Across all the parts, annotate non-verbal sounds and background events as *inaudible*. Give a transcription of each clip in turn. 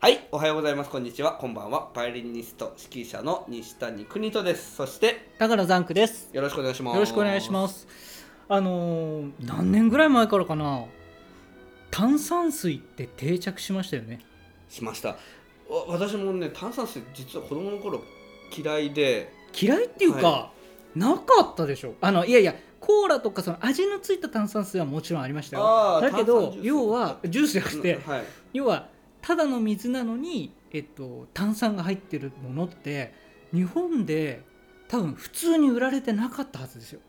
はい、おはようございます。こんにちは。こんばんは。バイオリニスト指揮者の西谷邦人です。そして高野ザンクです。よろしくお願いします。。よろしくお願いしますす。あのー何年ぐらい前からかな、炭酸水って定着しましたよね。しました。わ私もね炭酸水実は子供の頃嫌いで、嫌いっていうか、はなかったでしょ。あのいやいや、コーラとかその味のついた炭酸水はもちろんありましたよ。あーだけ炭酸どジュース要はジュースじゃなくて、うんはい、要はただの水なのにえっと炭酸が入ってるものって日本で多分普通に売られてなかったはずですよ。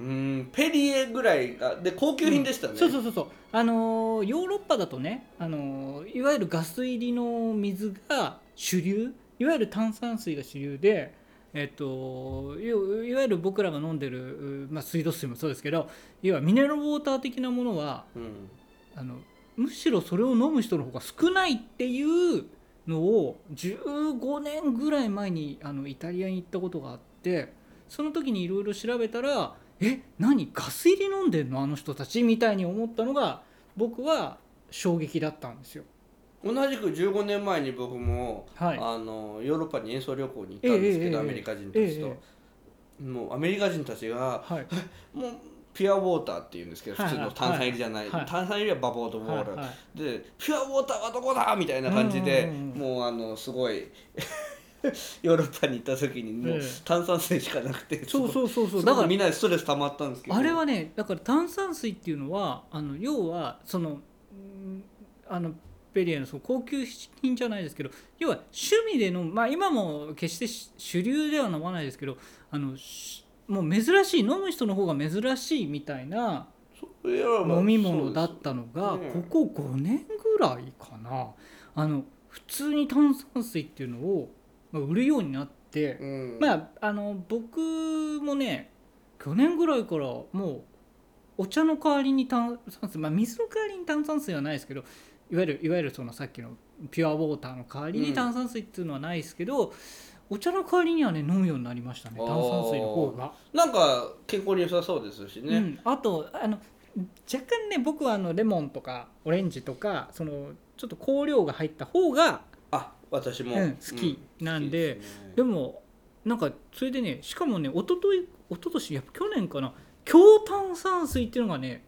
うーんペリエぐらいがで高級品でしたね。そうそうそうそうあのーヨーロッパだとね、あのーいわゆるガス入りの水が主流いわゆる炭酸水が主流でえっといわいわゆる僕らが飲んでる、うまあ、水道水もそうですけど要はミネラルウォーター的なものはうん。あのむしろそれを飲む人の方が少ないっていうのを15年ぐらい前にあのイタリアに行ったことがあってその時にいろいろ調べたらえ何ガス入り飲んでんのあの人たちみたいに思ったのが僕は衝撃だったんですよ。同じく15年前に僕も、はい、あのヨーロッパに演奏旅行に行ったんですけど、ええええアメリカ人たえちと、えもうアメリカ人たちがはい、もうピュアウォーターっていうんですけどは普い通の炭酸入りじゃない、はいはい炭酸入りはバボードウォーター、はいはいでピュアウォーターはどこだみたいな感じで、うんうんうんもうあのすごい *laughs* ヨーロッパに行った時にもうええ炭酸水しかなくてそううそうそうそうだだかかららみんなでストレス溜まったんですけどあれはねだから炭酸水っていうのはあの要はそのうんあのペリエのその高級品じゃないですけど要は趣味で飲む、まあ、今も決してし主流では飲まないですけどあのしもう珍しい飲む人の方が珍しいみたいなそれはまあ飲み物だったのがそうですねここ5年ぐらいかなあの普通に炭酸水っていうのをまあ売るようになっそうでてすうんまあ、あの僕もね去年ぐらいからもうお茶の代わりに炭酸水、まあ、水の代わりに炭酸水はないですけどいわゆるいわゆるそのさっきのピュアウォーターの代わりうんに炭酸水っていうのはないですけど、お茶の代わりにはね飲むようになりましたねあー炭酸水の方が。なんか健康に良さそうですしね、うん、あとあの若干ね僕はあのレモンとかオレンジとかそのちょっと香料が入った方が、あ私も、うん好きなんで。好きすねでもなんかそれでねしかもね一昨日一昨年やっぱ去年かな強炭酸水っていうのがね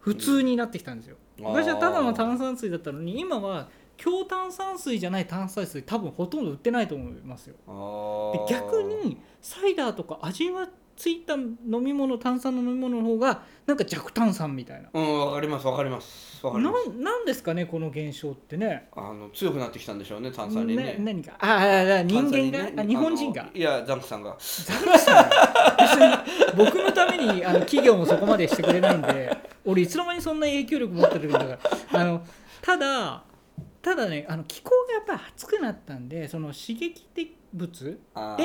普通になってきたんですよ、昔はただの炭酸水だったのに今は強炭酸水じゃない炭酸水多分ほとんど売ってないと思いますよあーで逆にサイダーとか味はついた飲み物炭酸の飲み物の方がなんか弱炭酸みたいなうんわかりますわかりますわかりなますんなんですかねこの現象ってねあの強くなってきたんでしょうね炭酸にねな何かあああ人炭酸にね間が、ああの日本人がいやザンクさんがザクさん別に僕のためにあの企業もそこまでしてくれないんで俺いつの間にそんな影響力持ってるんだからあのただただねあの気候がやっぱり暑くなったんでその刺激的物であ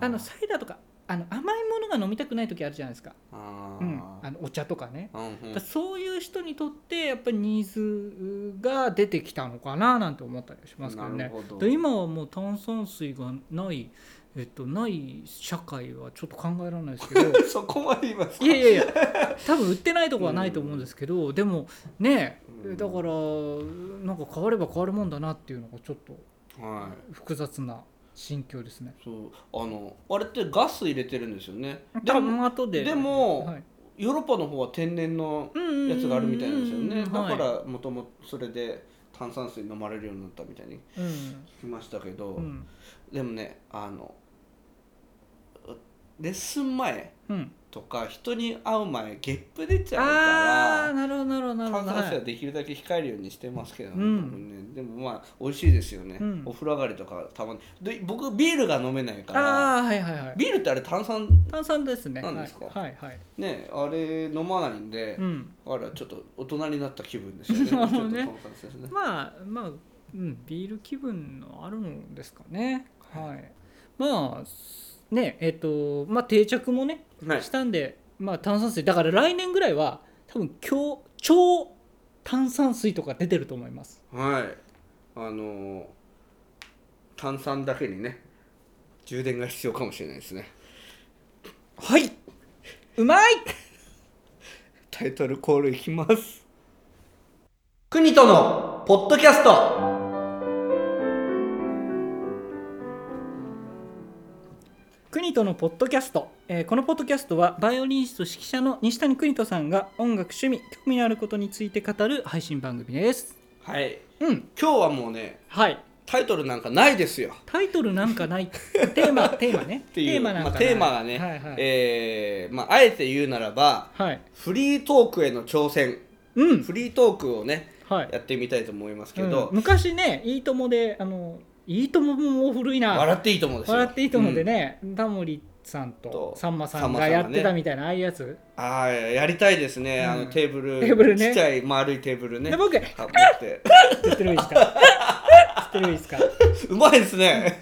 ーあのサイダーとかあの甘いものが飲みたくない時あるじゃないですか、あーうん、あのお茶とかねうんうんだからそういう人にとってやっぱりニーズが出てきたのかななんて思ったりしますけどなるねほどで今はもう炭酸水がない、えっと、ない社会はちょっと考えられないですけ *laughs* ど *laughs* そこまで言いますかいやいやいや多分売ってないとこはないと思うんですけど、でもねうんだからなんか変われば変わるもんだなっていうのがちょっとは複雑な心境ですね。いそうあのあれってガス入れてるんですよねで多も分後ででもはいヨーロッパの方は天然のやつがあるみたいなんですよねだうんうんうんうんかはらもともとそれで炭酸水飲まれるようになったみたいにいうん聞きましたけどうんでもねあのレッスン前うん、とか人に会う前ゲップ出ちゃうからああーなるほどなるほどなるほ炭ど酸水ははいできるだけ控えるようにしてますけど、ねうん僕ねでもまあ美味しいですよね、うんお風呂上がりとかたまにで僕ビールが飲めないからああーはいはいはいビールってあれ炭酸炭酸ですねなんですかはいはい、はいねあれ飲まないんでう、ん、あらちょっと大人になった気分です *laughs* よねなるほどちねょっと炭酸ですねまあまあ、うん、ビール気分のあるんですかね。はい。まあねえっ、とまあ定着もねはいしたんで、まあ炭酸水だから来年ぐらいは多分強超炭酸水とか出てると思います。はいあのー炭酸だけにね充電が必要かもしれないですねはいうまい。タイトルコールいきます。国とのポッドキャスト。邦人のポッドキャスト、えーこのポッドキャストはバイオリニスト指揮者の西谷邦人さんが音楽趣味興味のあることについて語る配信番組ですはいうん今日はもうねはいタイトルなんかないですよタイトルなんかないテーマテーマね *laughs* っていうテーマなんかまあ、ないテーマがね、はいはい、えーまあ、あえて言うならばはい、フリートークへの挑戦うんフリートークをねはいやってみたいと思いますけど、うん昔ね「いいとも」で「あのいいとも」も古いな笑っていいと思うですよ笑っていいとも」でね、ね、タモリさんととさんまささんんまがさんがやねってたみたいなああいうやつ、うんああやりたいですね、うんあのテーブルテーブルねちっちゃい丸いテーブルねで僕「あ持って *laughs* 知ってるいいですか知ってるいいですかうまいですね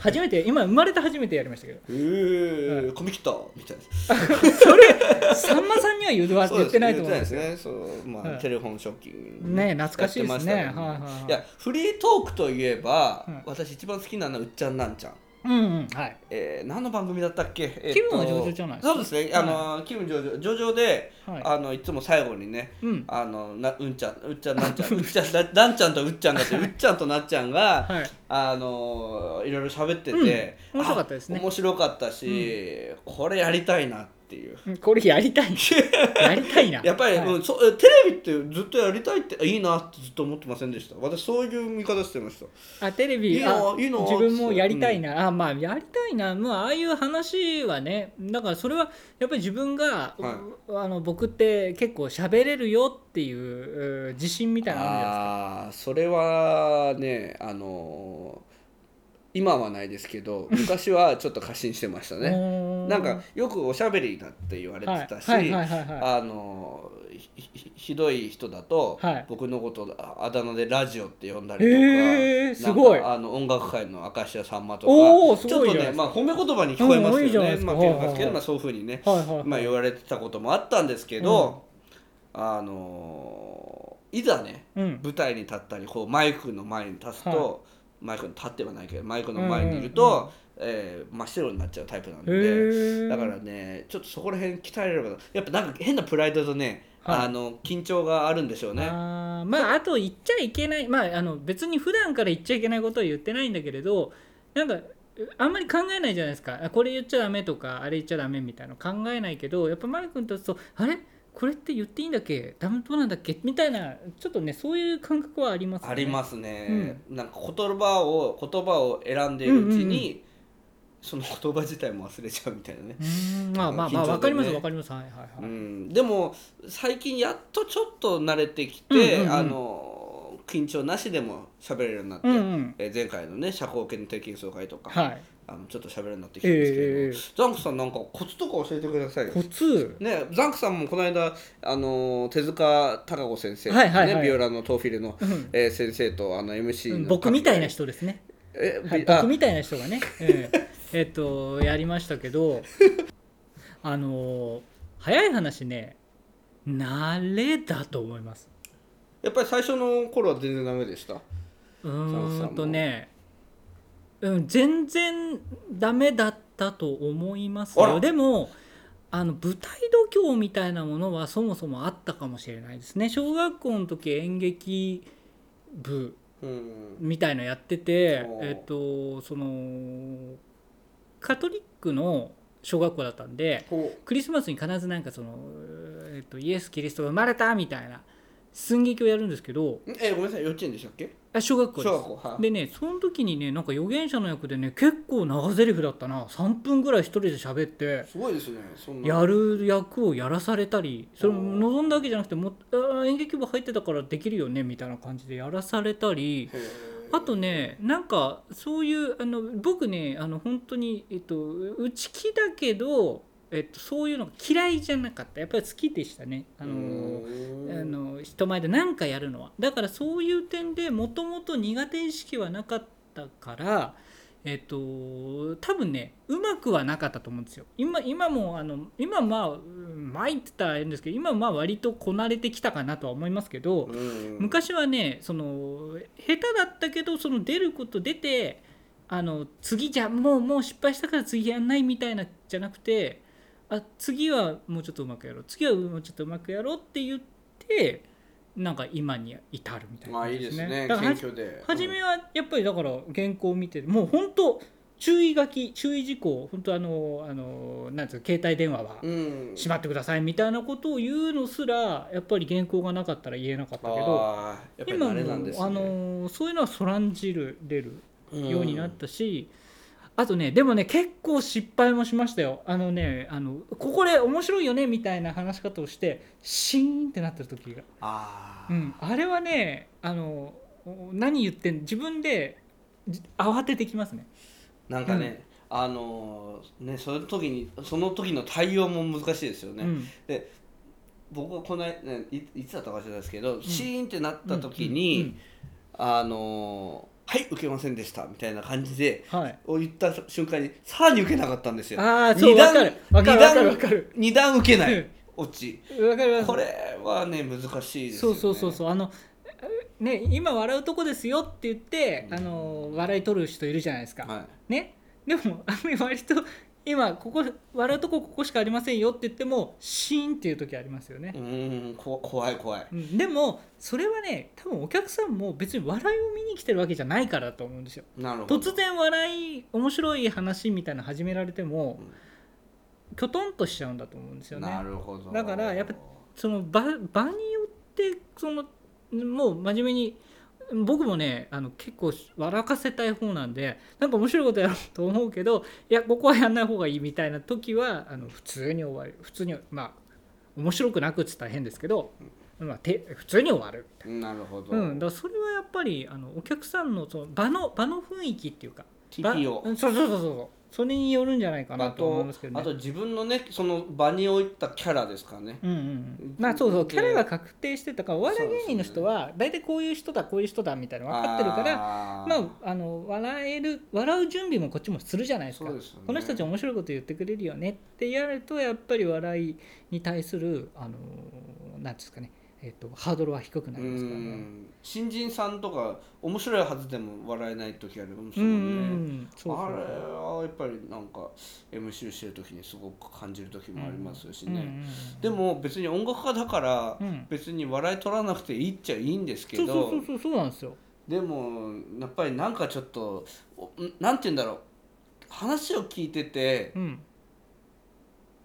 初めて今生まれて初めてやりましたけどうーコミキットみたいなそれさんまさんには言わそうで言っすてないと思うん言でっすてよないですねそうまあ、はいテレフォンショッキングね懐かしいですねやってましたからはいはいはいやフリートークといえば、うん私一番好きなのはうっちゃんなんちゃんうんうんはいえー、何の番組だったっけ、えーと気分は上々じゃないですかそうですね、あの気分上々上々で、はいあのいつも最後にねうんあのなうんちゃんうっちゃんなん *laughs* ちゃんうっちゃんななんちゃんとうっちゃんだってうっちゃんとなっちゃんが、はいあのいろいろ喋ってて、うん面白かったですねあ面白かったし、これやりたいなっていううんこれやりたいやりたいなやっぱり、はいうん、そうえテレビってずっとやりたいってあいいなってずっと思ってませんでした私そういう見方してましたあテレいビいなあいいな自分もやりたいな、あまあやりたいな、まあ、ああいう話はねだからそれはやっぱり自分が、はうあの僕って結構喋れるよっていうう自信みたいなのあるじゃないでああーそれはねあのー今はないですけ *laughs* ど昔はちょっと過信してましたすかねうーなんかよくおしゃべりだって言われてたし、はいはいはいはいはいあのーひひひどい人だと、はい僕のことああだ名でラジオって呼んだりとか,、へーすごいなんかあの音楽界の明石家さんまとかおーすちょごっいとじゃなねいですまかあ褒め言葉に聞こえまうんいいすじゃよないねですかまあ聞こえますけはいはいはいど、まあ、そういうふうにね、はいはいまあ、言われてたこともあったんですけど、あのーいざねうん舞台に立ったりこうマイクの前に立つと、はマイクに立ってはないけどマイクの前にいるうんうんと、えー真っ白になっちゃうタイプなんへでーだからねちょっとそこら辺鍛えればやっぱなんか変なプライドとね、はいあの緊張があるんでしょうね。あーまああと言っちゃいけないまああの別に普段から言っちゃいけないことは言ってないんだけれどなんかあんまり考えないじゃないですかあこれ言っちゃダメとかあれ言っちゃダメみたいなの考えないけどやっぱマリ君ととあれこれって言っていいんだっけダメどうなんだっけみたいなちょっとねそういう感覚はありますねありますね、なんか言葉を言葉を選んでいるうちに、その言葉自体も忘れちゃうみたいなね。うーんまあまあまあ緊張とねわかりますわかりますはいはいはい、うん、でも最近やっとちょっと慣れてきて、うんうんうんあの緊張なしでも喋れるようになって、うんうんえー前回のね社交系の定期演奏会とか、はいあのちょっと喋れるようになってきたんですけど、ええザンクさんなんかコツとか教えてくださいよコ。ツね、ザンクさんもこの間あの手塚孝子先生、はいはいはいね、ビオラのトーフィルの、うんえー先生とあの MC の僕みたいな人ですねえ、はい、びあ僕みたいな人がね、えええっとやりましたけどあのー早い話ね慣れだと思いますやっぱり最初の頃は全然ダメでしたうそうーそんうとね、うん、全然ダメだったと思いますあよらでもあの舞台度胸みたいなものはそもそもあったかもしれないですね小学校の時演劇部うんみたいのやっててお、ーえっとそのカトリックの小学校だったんでこクリスマスに必ずなんかその、えっとイエス・キリストが生まれたみたいな寸劇をやるんですけどうえごめんなさい幼稚園でしたっけあ小学校小で学す。校はいでねその時にねなんか預言者の役でね結構長台詞だったな3分ぐらい一人で喋ってすごいですねそんなやる役をやらされたりそれもおー望んだわけじゃなくてもあー演劇部入ってたからできるよねみたいな感じでやらされたり。へーあとねなんかそういうあの僕ねあの本当に、えっと、内気だけど、えっと、そういうのが嫌いじゃなかったやっぱり好きでしたねあうのーんあの人前で何かやるのはだからそういう点でもともと苦手意識はなかったから。えっと、多分ねうまくはなかったと思うんですよ今今もあの今まあうん前って言ったらあれですけど今まあ割とこなれてきたかなとは思いますけど、うん昔はねその下手だったけどその出ること出てあの次じゃもうもう失敗したから次やんないみたいなじゃなくてあ次はもうちょっとうまくやろう次はもうちょっとうまくやろうって言ってなんか今に至るみたいなまあ感いじいですねだから謙虚で初めはやっぱりだから原稿を見てもう本当注意書き注意事項本当あのあのなんていうか携帯電話はうんしまってくださいみたいなことを言うのすらやっぱり原稿がなかったら言えなかったけどあーやっぱり今慣れなんも、ですねあのそういうのはそらんじるれるうんようになったし、あとねでもね結構失敗もしましたよあのねあのここで面白いよねみたいな話し方をしてシーンってなってる時が、あうーん、あれはねあの何言ってん自分でじ慌ててきますね。なんかね、あのーねその時にその時の対応も難しいですよね、うん僕はこの間ねいいつだったか知らないですけど、んシーンってなった時に、あのーはい受けませんでしたみたいな感じでうんうんはい、を言った瞬間にさらに受けなかったんですよああそう二段分かる分かる分かる分かる二段受けなういん落ち分かる分かこるれはね難しいですそようねそうそうそうあのね今笑うとこですよって言って、うんあの笑い取る人いるじゃないですか、はいねでもあんまり割と今ここ笑うとこここしかありませんよって言ってもシーンっていう時ありますよねう、ーんこ怖い怖いうんでもそれはね多分お客さんも別に笑いを見に来てるわけじゃないからだと思うんですよなるほど突然笑い面白い話みたいなの始められてもきょとんとしちゃうんだと思うんですよねなるほどだからやっぱその場場によってそのもう真面目に僕もねあの結構笑かせたい方なんでなんか面白いことやろうと思うけどいやここはやんない方がいいみたいな時はあの普通に終わる普通にまあ面白くなくっつったら変ですけど、まあ、て普通に終わる、なるほど、うん、だからそれはやっぱりあのお客さんのその場の場の雰囲気っていうか場 TP をうんそうそうそうそうそれによるんじゃないかなあと思いとますけどねあと自分のねその場に置いたキャラですかねうんうんうん、まあそうそうでキャラが確定してたからお笑い芸人の人は大体こういう人だこういう人だみたいなの分かってるからあーまあ、あの笑える笑う準備もこっちもするじゃないですかそうですよねこの人たち面白いこと言ってくれるよねってやるとやっぱり笑いに対するあのなんていうんですかね、えっとハードルは低くなうりますからね。ん新人さんとか面白いはずでも笑えない時ありますうもんうんねんそうそうあれそうはやっぱりなんか MC してる時にすごく感じる時もありますしうんうんうね、んでも別に音楽家だからうん別に笑い取らなくていいっちゃいいんですけそうどそうそうそうそうなんですよ。でもやっぱりなんかちょっとおんなんて言うんだろう話を聞いててうん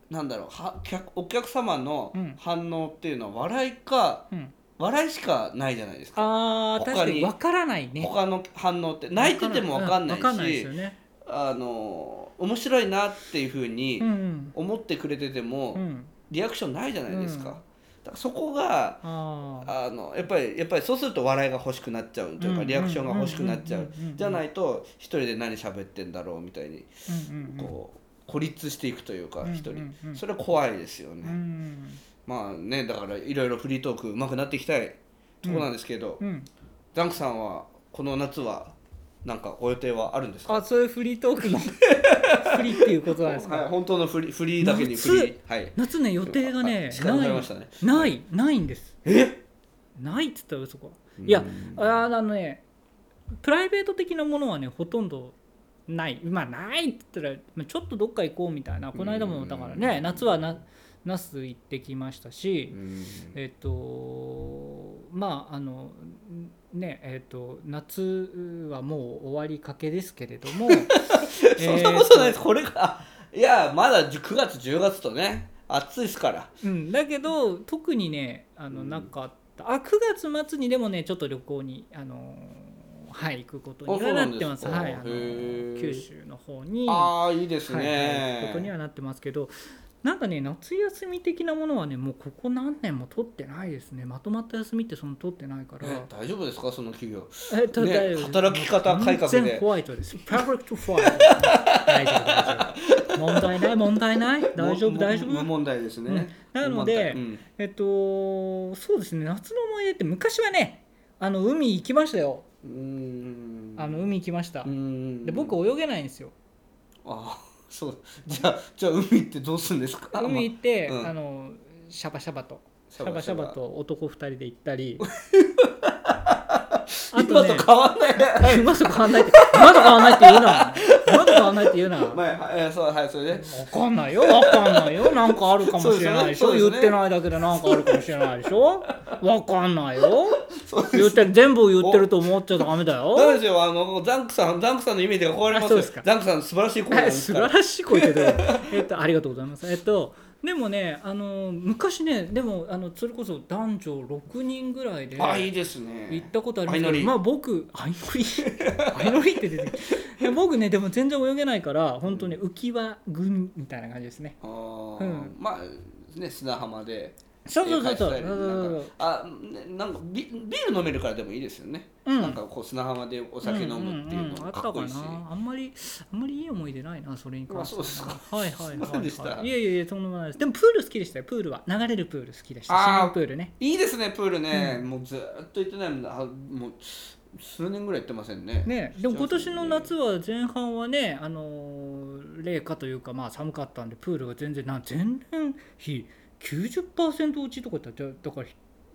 なんだろうは客お客様のうん反応っていうのは笑いかうん、笑いしかないじゃないですかああ他確にかに分からないね。他の反応って泣いてても分かんないしわですよね。あの面白いなっていうふうにうんうん思ってくれてても、うんリアクションないじゃないですか、うんだからそこがああ、あのやっぱりやっぱりそうすると笑いが欲しくなっちゃうというかリアクションが欲しくなっちゃうじゃないいと一人で何喋ってんだろうみたいにうんうんうんこう孤立していくというか一うん人うんうんそれは怖いですようんうねんまあねだからいろいろフリートーク上手くなっていきたいところなんですけどうんうんザンクさんはこの夏はなんかご予定はあるんですかあそういうフリートークのフリーっていうことなんですはいか本当のフリフリーだけにフリーはい夏ね予定がはねい時間がありなまいしたねないないんですえないっつったらそこうんいやあーあのねプライベート的なものはねほとんどないまあないっつったらまあちょっとどっか行こうみたいなこの間もだからうねん夏はな那須行ってきましたし、うんえっとまああのねえっと夏はもう終わりかけですけれど *laughs* もそんなことないい、ですこれがいやまだ9月10月とね暑いですからうん、だけど特にねあのうんなかった、あ9月末にでもねちょっと旅行にあのはい行くことにあそうはななんってますですかはいあのへー九州の方にああいいですはいはい、行くねことにはなってますけどなんかね夏休み的なものはねもうここ何年も取ってないですねまとまった休みってその取ってないから。え大丈夫ですかその企業えっと、ね大丈夫です働き方改革で完全ホワイトです。パーフェクトホワイト。大丈夫、大丈夫。問題ない、問題ない。大丈夫、も大丈も無夫。問題ですね、なのうで、んえっと、そうですね、夏の思い出って昔はね、あの海行きましたよ。うーんあの海行きましたうー。んで、僕泳げないんですよ。あそうじゃあじゃあ海ってどうするんですか海行って、うんあの、シャバシャバと。シ *laughs* シャバシャバと男2人で行ったりあとと今ねと変わんない *laughs* 今と変わんないって今と変わんないって言うな今と変わんないって言うなまあえーそうはいそれで分かんないよ分かんないよなんかあるかもしれないでしょそうですねそうですね言ってないだけでなんかあるかもしれないでしょ分かんないよ言ってる全部言ってると思っちゃダメだど *laughs* うよでしょうあのザンクさんザンクさんのイメージが壊れますあそうよですかザンクさん素晴らしい声なんえです素か晴ららしい声ってどういうことえっとありがとうございますえっとでもねあの昔ねでもあのそれこそ男女6人ぐらいであいいです行ねったことあります相乗けりど、まあ僕、相乗り、相乗りって出てきて、僕ね、でも全然泳げないから、本当に浮き輪群みたいな感じですね。あー、うんまあね砂浜でそうそうそうそう、絵描そういてたりそうなんそうかあねなんかビビール飲めるからでもいいですよね、うんなんかこう砂浜でお酒飲むっていうのんんんあもったかっこいかいし、なあんまりあんまりいい思い出ないなそれに関してあそうではいはいはい、そうでしたはい、いやいやいやとんでもないですでもプール好きでしたよプールは流れるプール好きでしたあー市民プールねいいですねプールね、もうずっと行ってないもんなあもう数年ぐらい行ってませんねねでも今年の夏は前半はねあのー冷夏というかまあ寒かったんでプールが全然な前年比90%落ちとかだっただから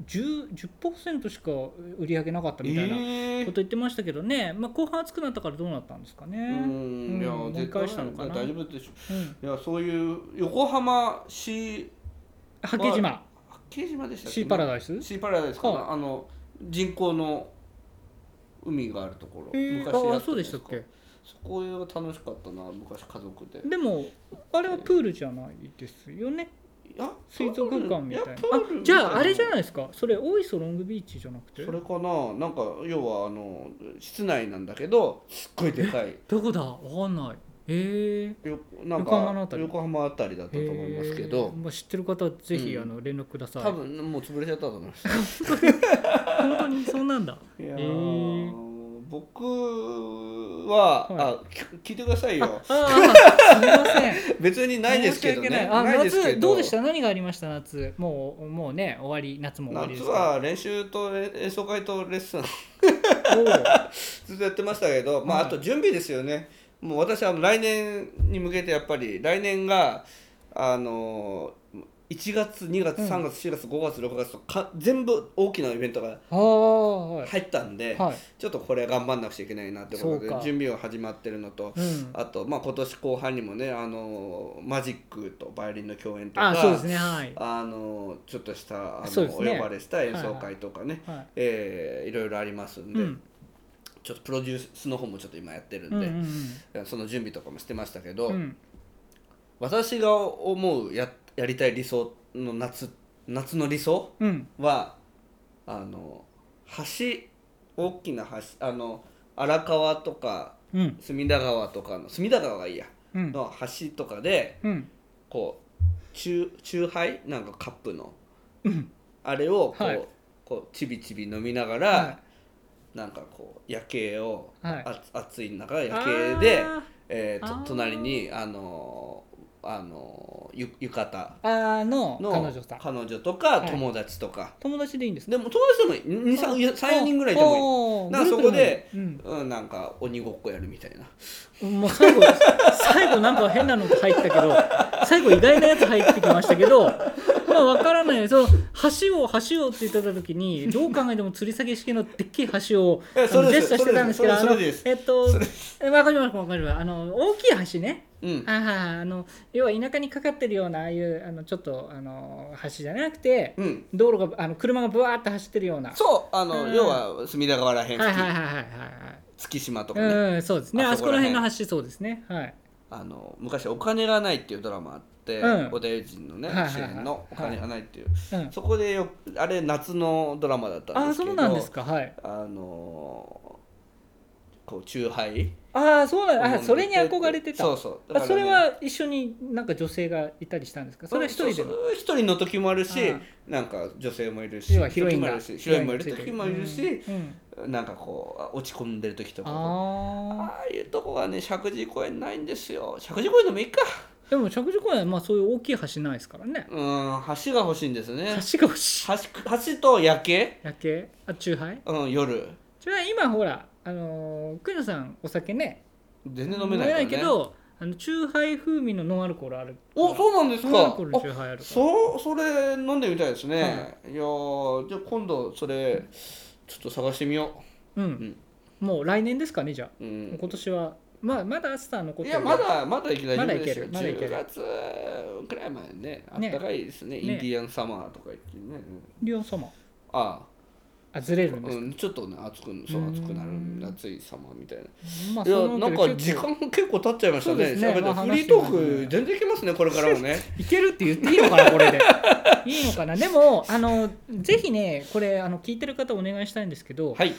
10%, 10しか売り上げなかったみたいなこえと言ってましたけどね、まあ、後半暑くなったからどうなったんですかうね。んいやうん絶盛対り返したのかな大丈夫でしょうん、いやそういう横浜市八景島八景島でしたっけシーパラダイスシーパラダイスかはなあの人工の海があるところ、えーやったああそうでしたっけそこが楽しかったな昔家族ででもあれはプールじゃないですよねいや水族館みたいなやプールあみじたいゃああれじゃなないですかそれ大磯ロングビーチじゃなくてそれかななんか要はあの室内なんだけどすっごいでかいどこだわかんないへえよなん横浜のあかたり横浜あたりだったと思いますけどまあ、知ってる方はぜひ、うんあの連絡ください多分もう潰れちゃったと思いますい本当にそうなんだやへーー僕は、はあ聞聞いてくださいよ *laughs* ああすみません別に *laughs* ないですけど申しね訳ないあないですけ夏どうでした何がありました夏もうもうね終わり夏も終わりで夏すかは練習とえ演奏会とレッスンおうずっとやってましたけど、まあ、はいあと準備ですよね、もう私はあの来年に向けてやっぱり来年があの1月2月うん3月4月5月6月とか全部大きなイベントがああはい、入ったんで、はいちょっとこれ頑張んなくちゃいけないなってことでそうか準備は始まってるのと。うん、あと、まあ、今年後半にもねあのマジックとバイオリンの共演とかあそうですねはい、あのちょっとしたあそうの、ですおね呼ばれした演奏会とかね、はいえーいろいろありますんで、うんちょっとプロデュースの方もちょっと今やってるうんんで、うんその準備とかもしてましたけど、うんうん私が思うややりたい理想の夏夏の理想うんはあの橋大きな橋あの荒川とかうん隅田川とかの隅田川がいいやうんの橋とかでうんこう中中杯なんかカップのうんあれをこう,、はいこうちびちび飲みながら、はなんかこう夜景を、はいあつ暑い中夜景であー、えーあーと隣にあのーあのーゆ浴衣あのの彼女さん彼女とかはい友達とか、友達でいいんですかでも友達でもいいあ34人ぐらいでももなんかそこでうんいい、うん、なんか鬼ごっこやるみたいなもう最後最後なんか変なのが入ったけど最後意外なやつ入ってきましたけどまあわからないその橋を橋をって言ってた時にどう考えても吊り下げ式のでっけえ橋をあえのそれジェでスすチャーしてたんですけどあそれのそれですえっとえわかりますわかりますあの大きい橋ねうんあーあの要は田舎にかかってるようなああいうあのちょっとあの橋じゃなくてうん道路があの車がぶわーって走ってるようなそうあの、うん要は隅田川らへん、はいはいはいはいはいはい月島とかね、うん、そうですね。ああそそここらら辺辺の橋そうですね。はい。あの昔「お金がない」っていうドラマあって、うん織田裕二のね、はいはいはい主演の「お金がない」っていう、うん、そこでよあれ夏のドラマだったんあであ、すけそどうなんですか。はい。あのーこうチューハイああ、そうなん、あ、それに憧れてた。そうそうあ、それは一緒になんか女性がいたりしたんですか。それは一人でそうも。そう一人の時もあるしあなんか女性もいるし要はヒロイン時もあが。るしヒロインもいる時もいるヒロインしがついてる。うんなんかこう落ち込んでる時とかあああ。あいうとこがね石神井公園ないんですよ石神井公園でもいいかでも、着地公園はまあ、そういう大きい橋ないですからね。うーん橋が欲しいんですね橋が欲しい。橋橋と夜景、夜景。あ、チューハイ。うん、夜チューハイ、今ほら、あのー、クイナさん、お酒ね。全然飲めないから、ね、けど、あの、チューハイ風味のノンアルコールある。おそうなんですノンアルかコールのチューハイあるから。そうそれ飲んでみたいですね、い、やーじゃあ今度それちょっと探してみよううん、んもう来年ですかねじゃあ、うん今年はまあまだ暑さは残っいてやるまだまだいけないまだ丈夫ですいけるよまだいける10月くらいまでねあっねたかいですねねインディアンサマーとか言ってね、うんリオン様ああずれあ、るんですうか、ん、ちょっとね暑くそう暑くなる暑いサマーみたいなまあいやそのなんか時間結構経っちゃいましたそうでねすね喋ってまあフリート話してますークね全然いけますねこれからも *laughs* ねいけるって言っていいのかなこれでいいのかなでもあのぜひねこれあの聞いてる方お願いしたいんですけど、はい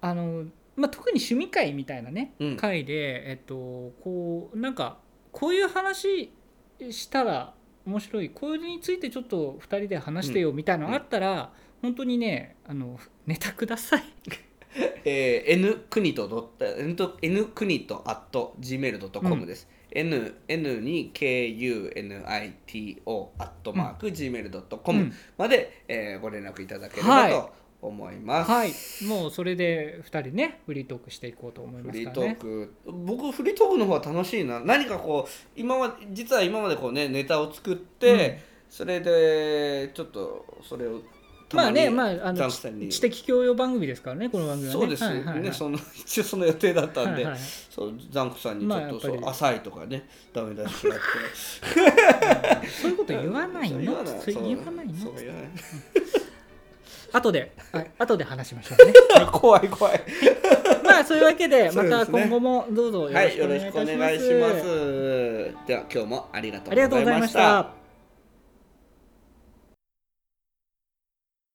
あのまあ、特に趣味会みたいなね、うん会で、えっと、こうなんかこういう話したら面白いこれについてちょっと2人で話してよみたいなのあったら、本当にねあのネタくださいえー、N 国とドット N と N 国と at gmail.com です、N, N に KUNITO アットマーク gmail.com、うんまで、えー、ご連絡いただけれはばいと思います、はいもうそれで2人ねフリートークしていこうと思いフますリかーらトーねク僕フリートークの方が楽しいな何かこう今まで実は今までこうねネタを作って、うんそれでちょっとそれをたまあまにねまああザのンクさんに知的教養番組ですからねこの番組はねそうですはいはいはいねその一応その予定だったんではいはいそうザンクさんにちょっと、まあやっぱりそう浅いとかねダメ出しもらってそういうこと言わないの言わそれそう言わないのそう言わない *laughs* 後ではい後で話しましょうね怖い怖いまあそういうわけでそまうですねた今後もどうぞはいよろしくお願いしまいたしますすでは今日もありがとありがとううごござざいいままししたた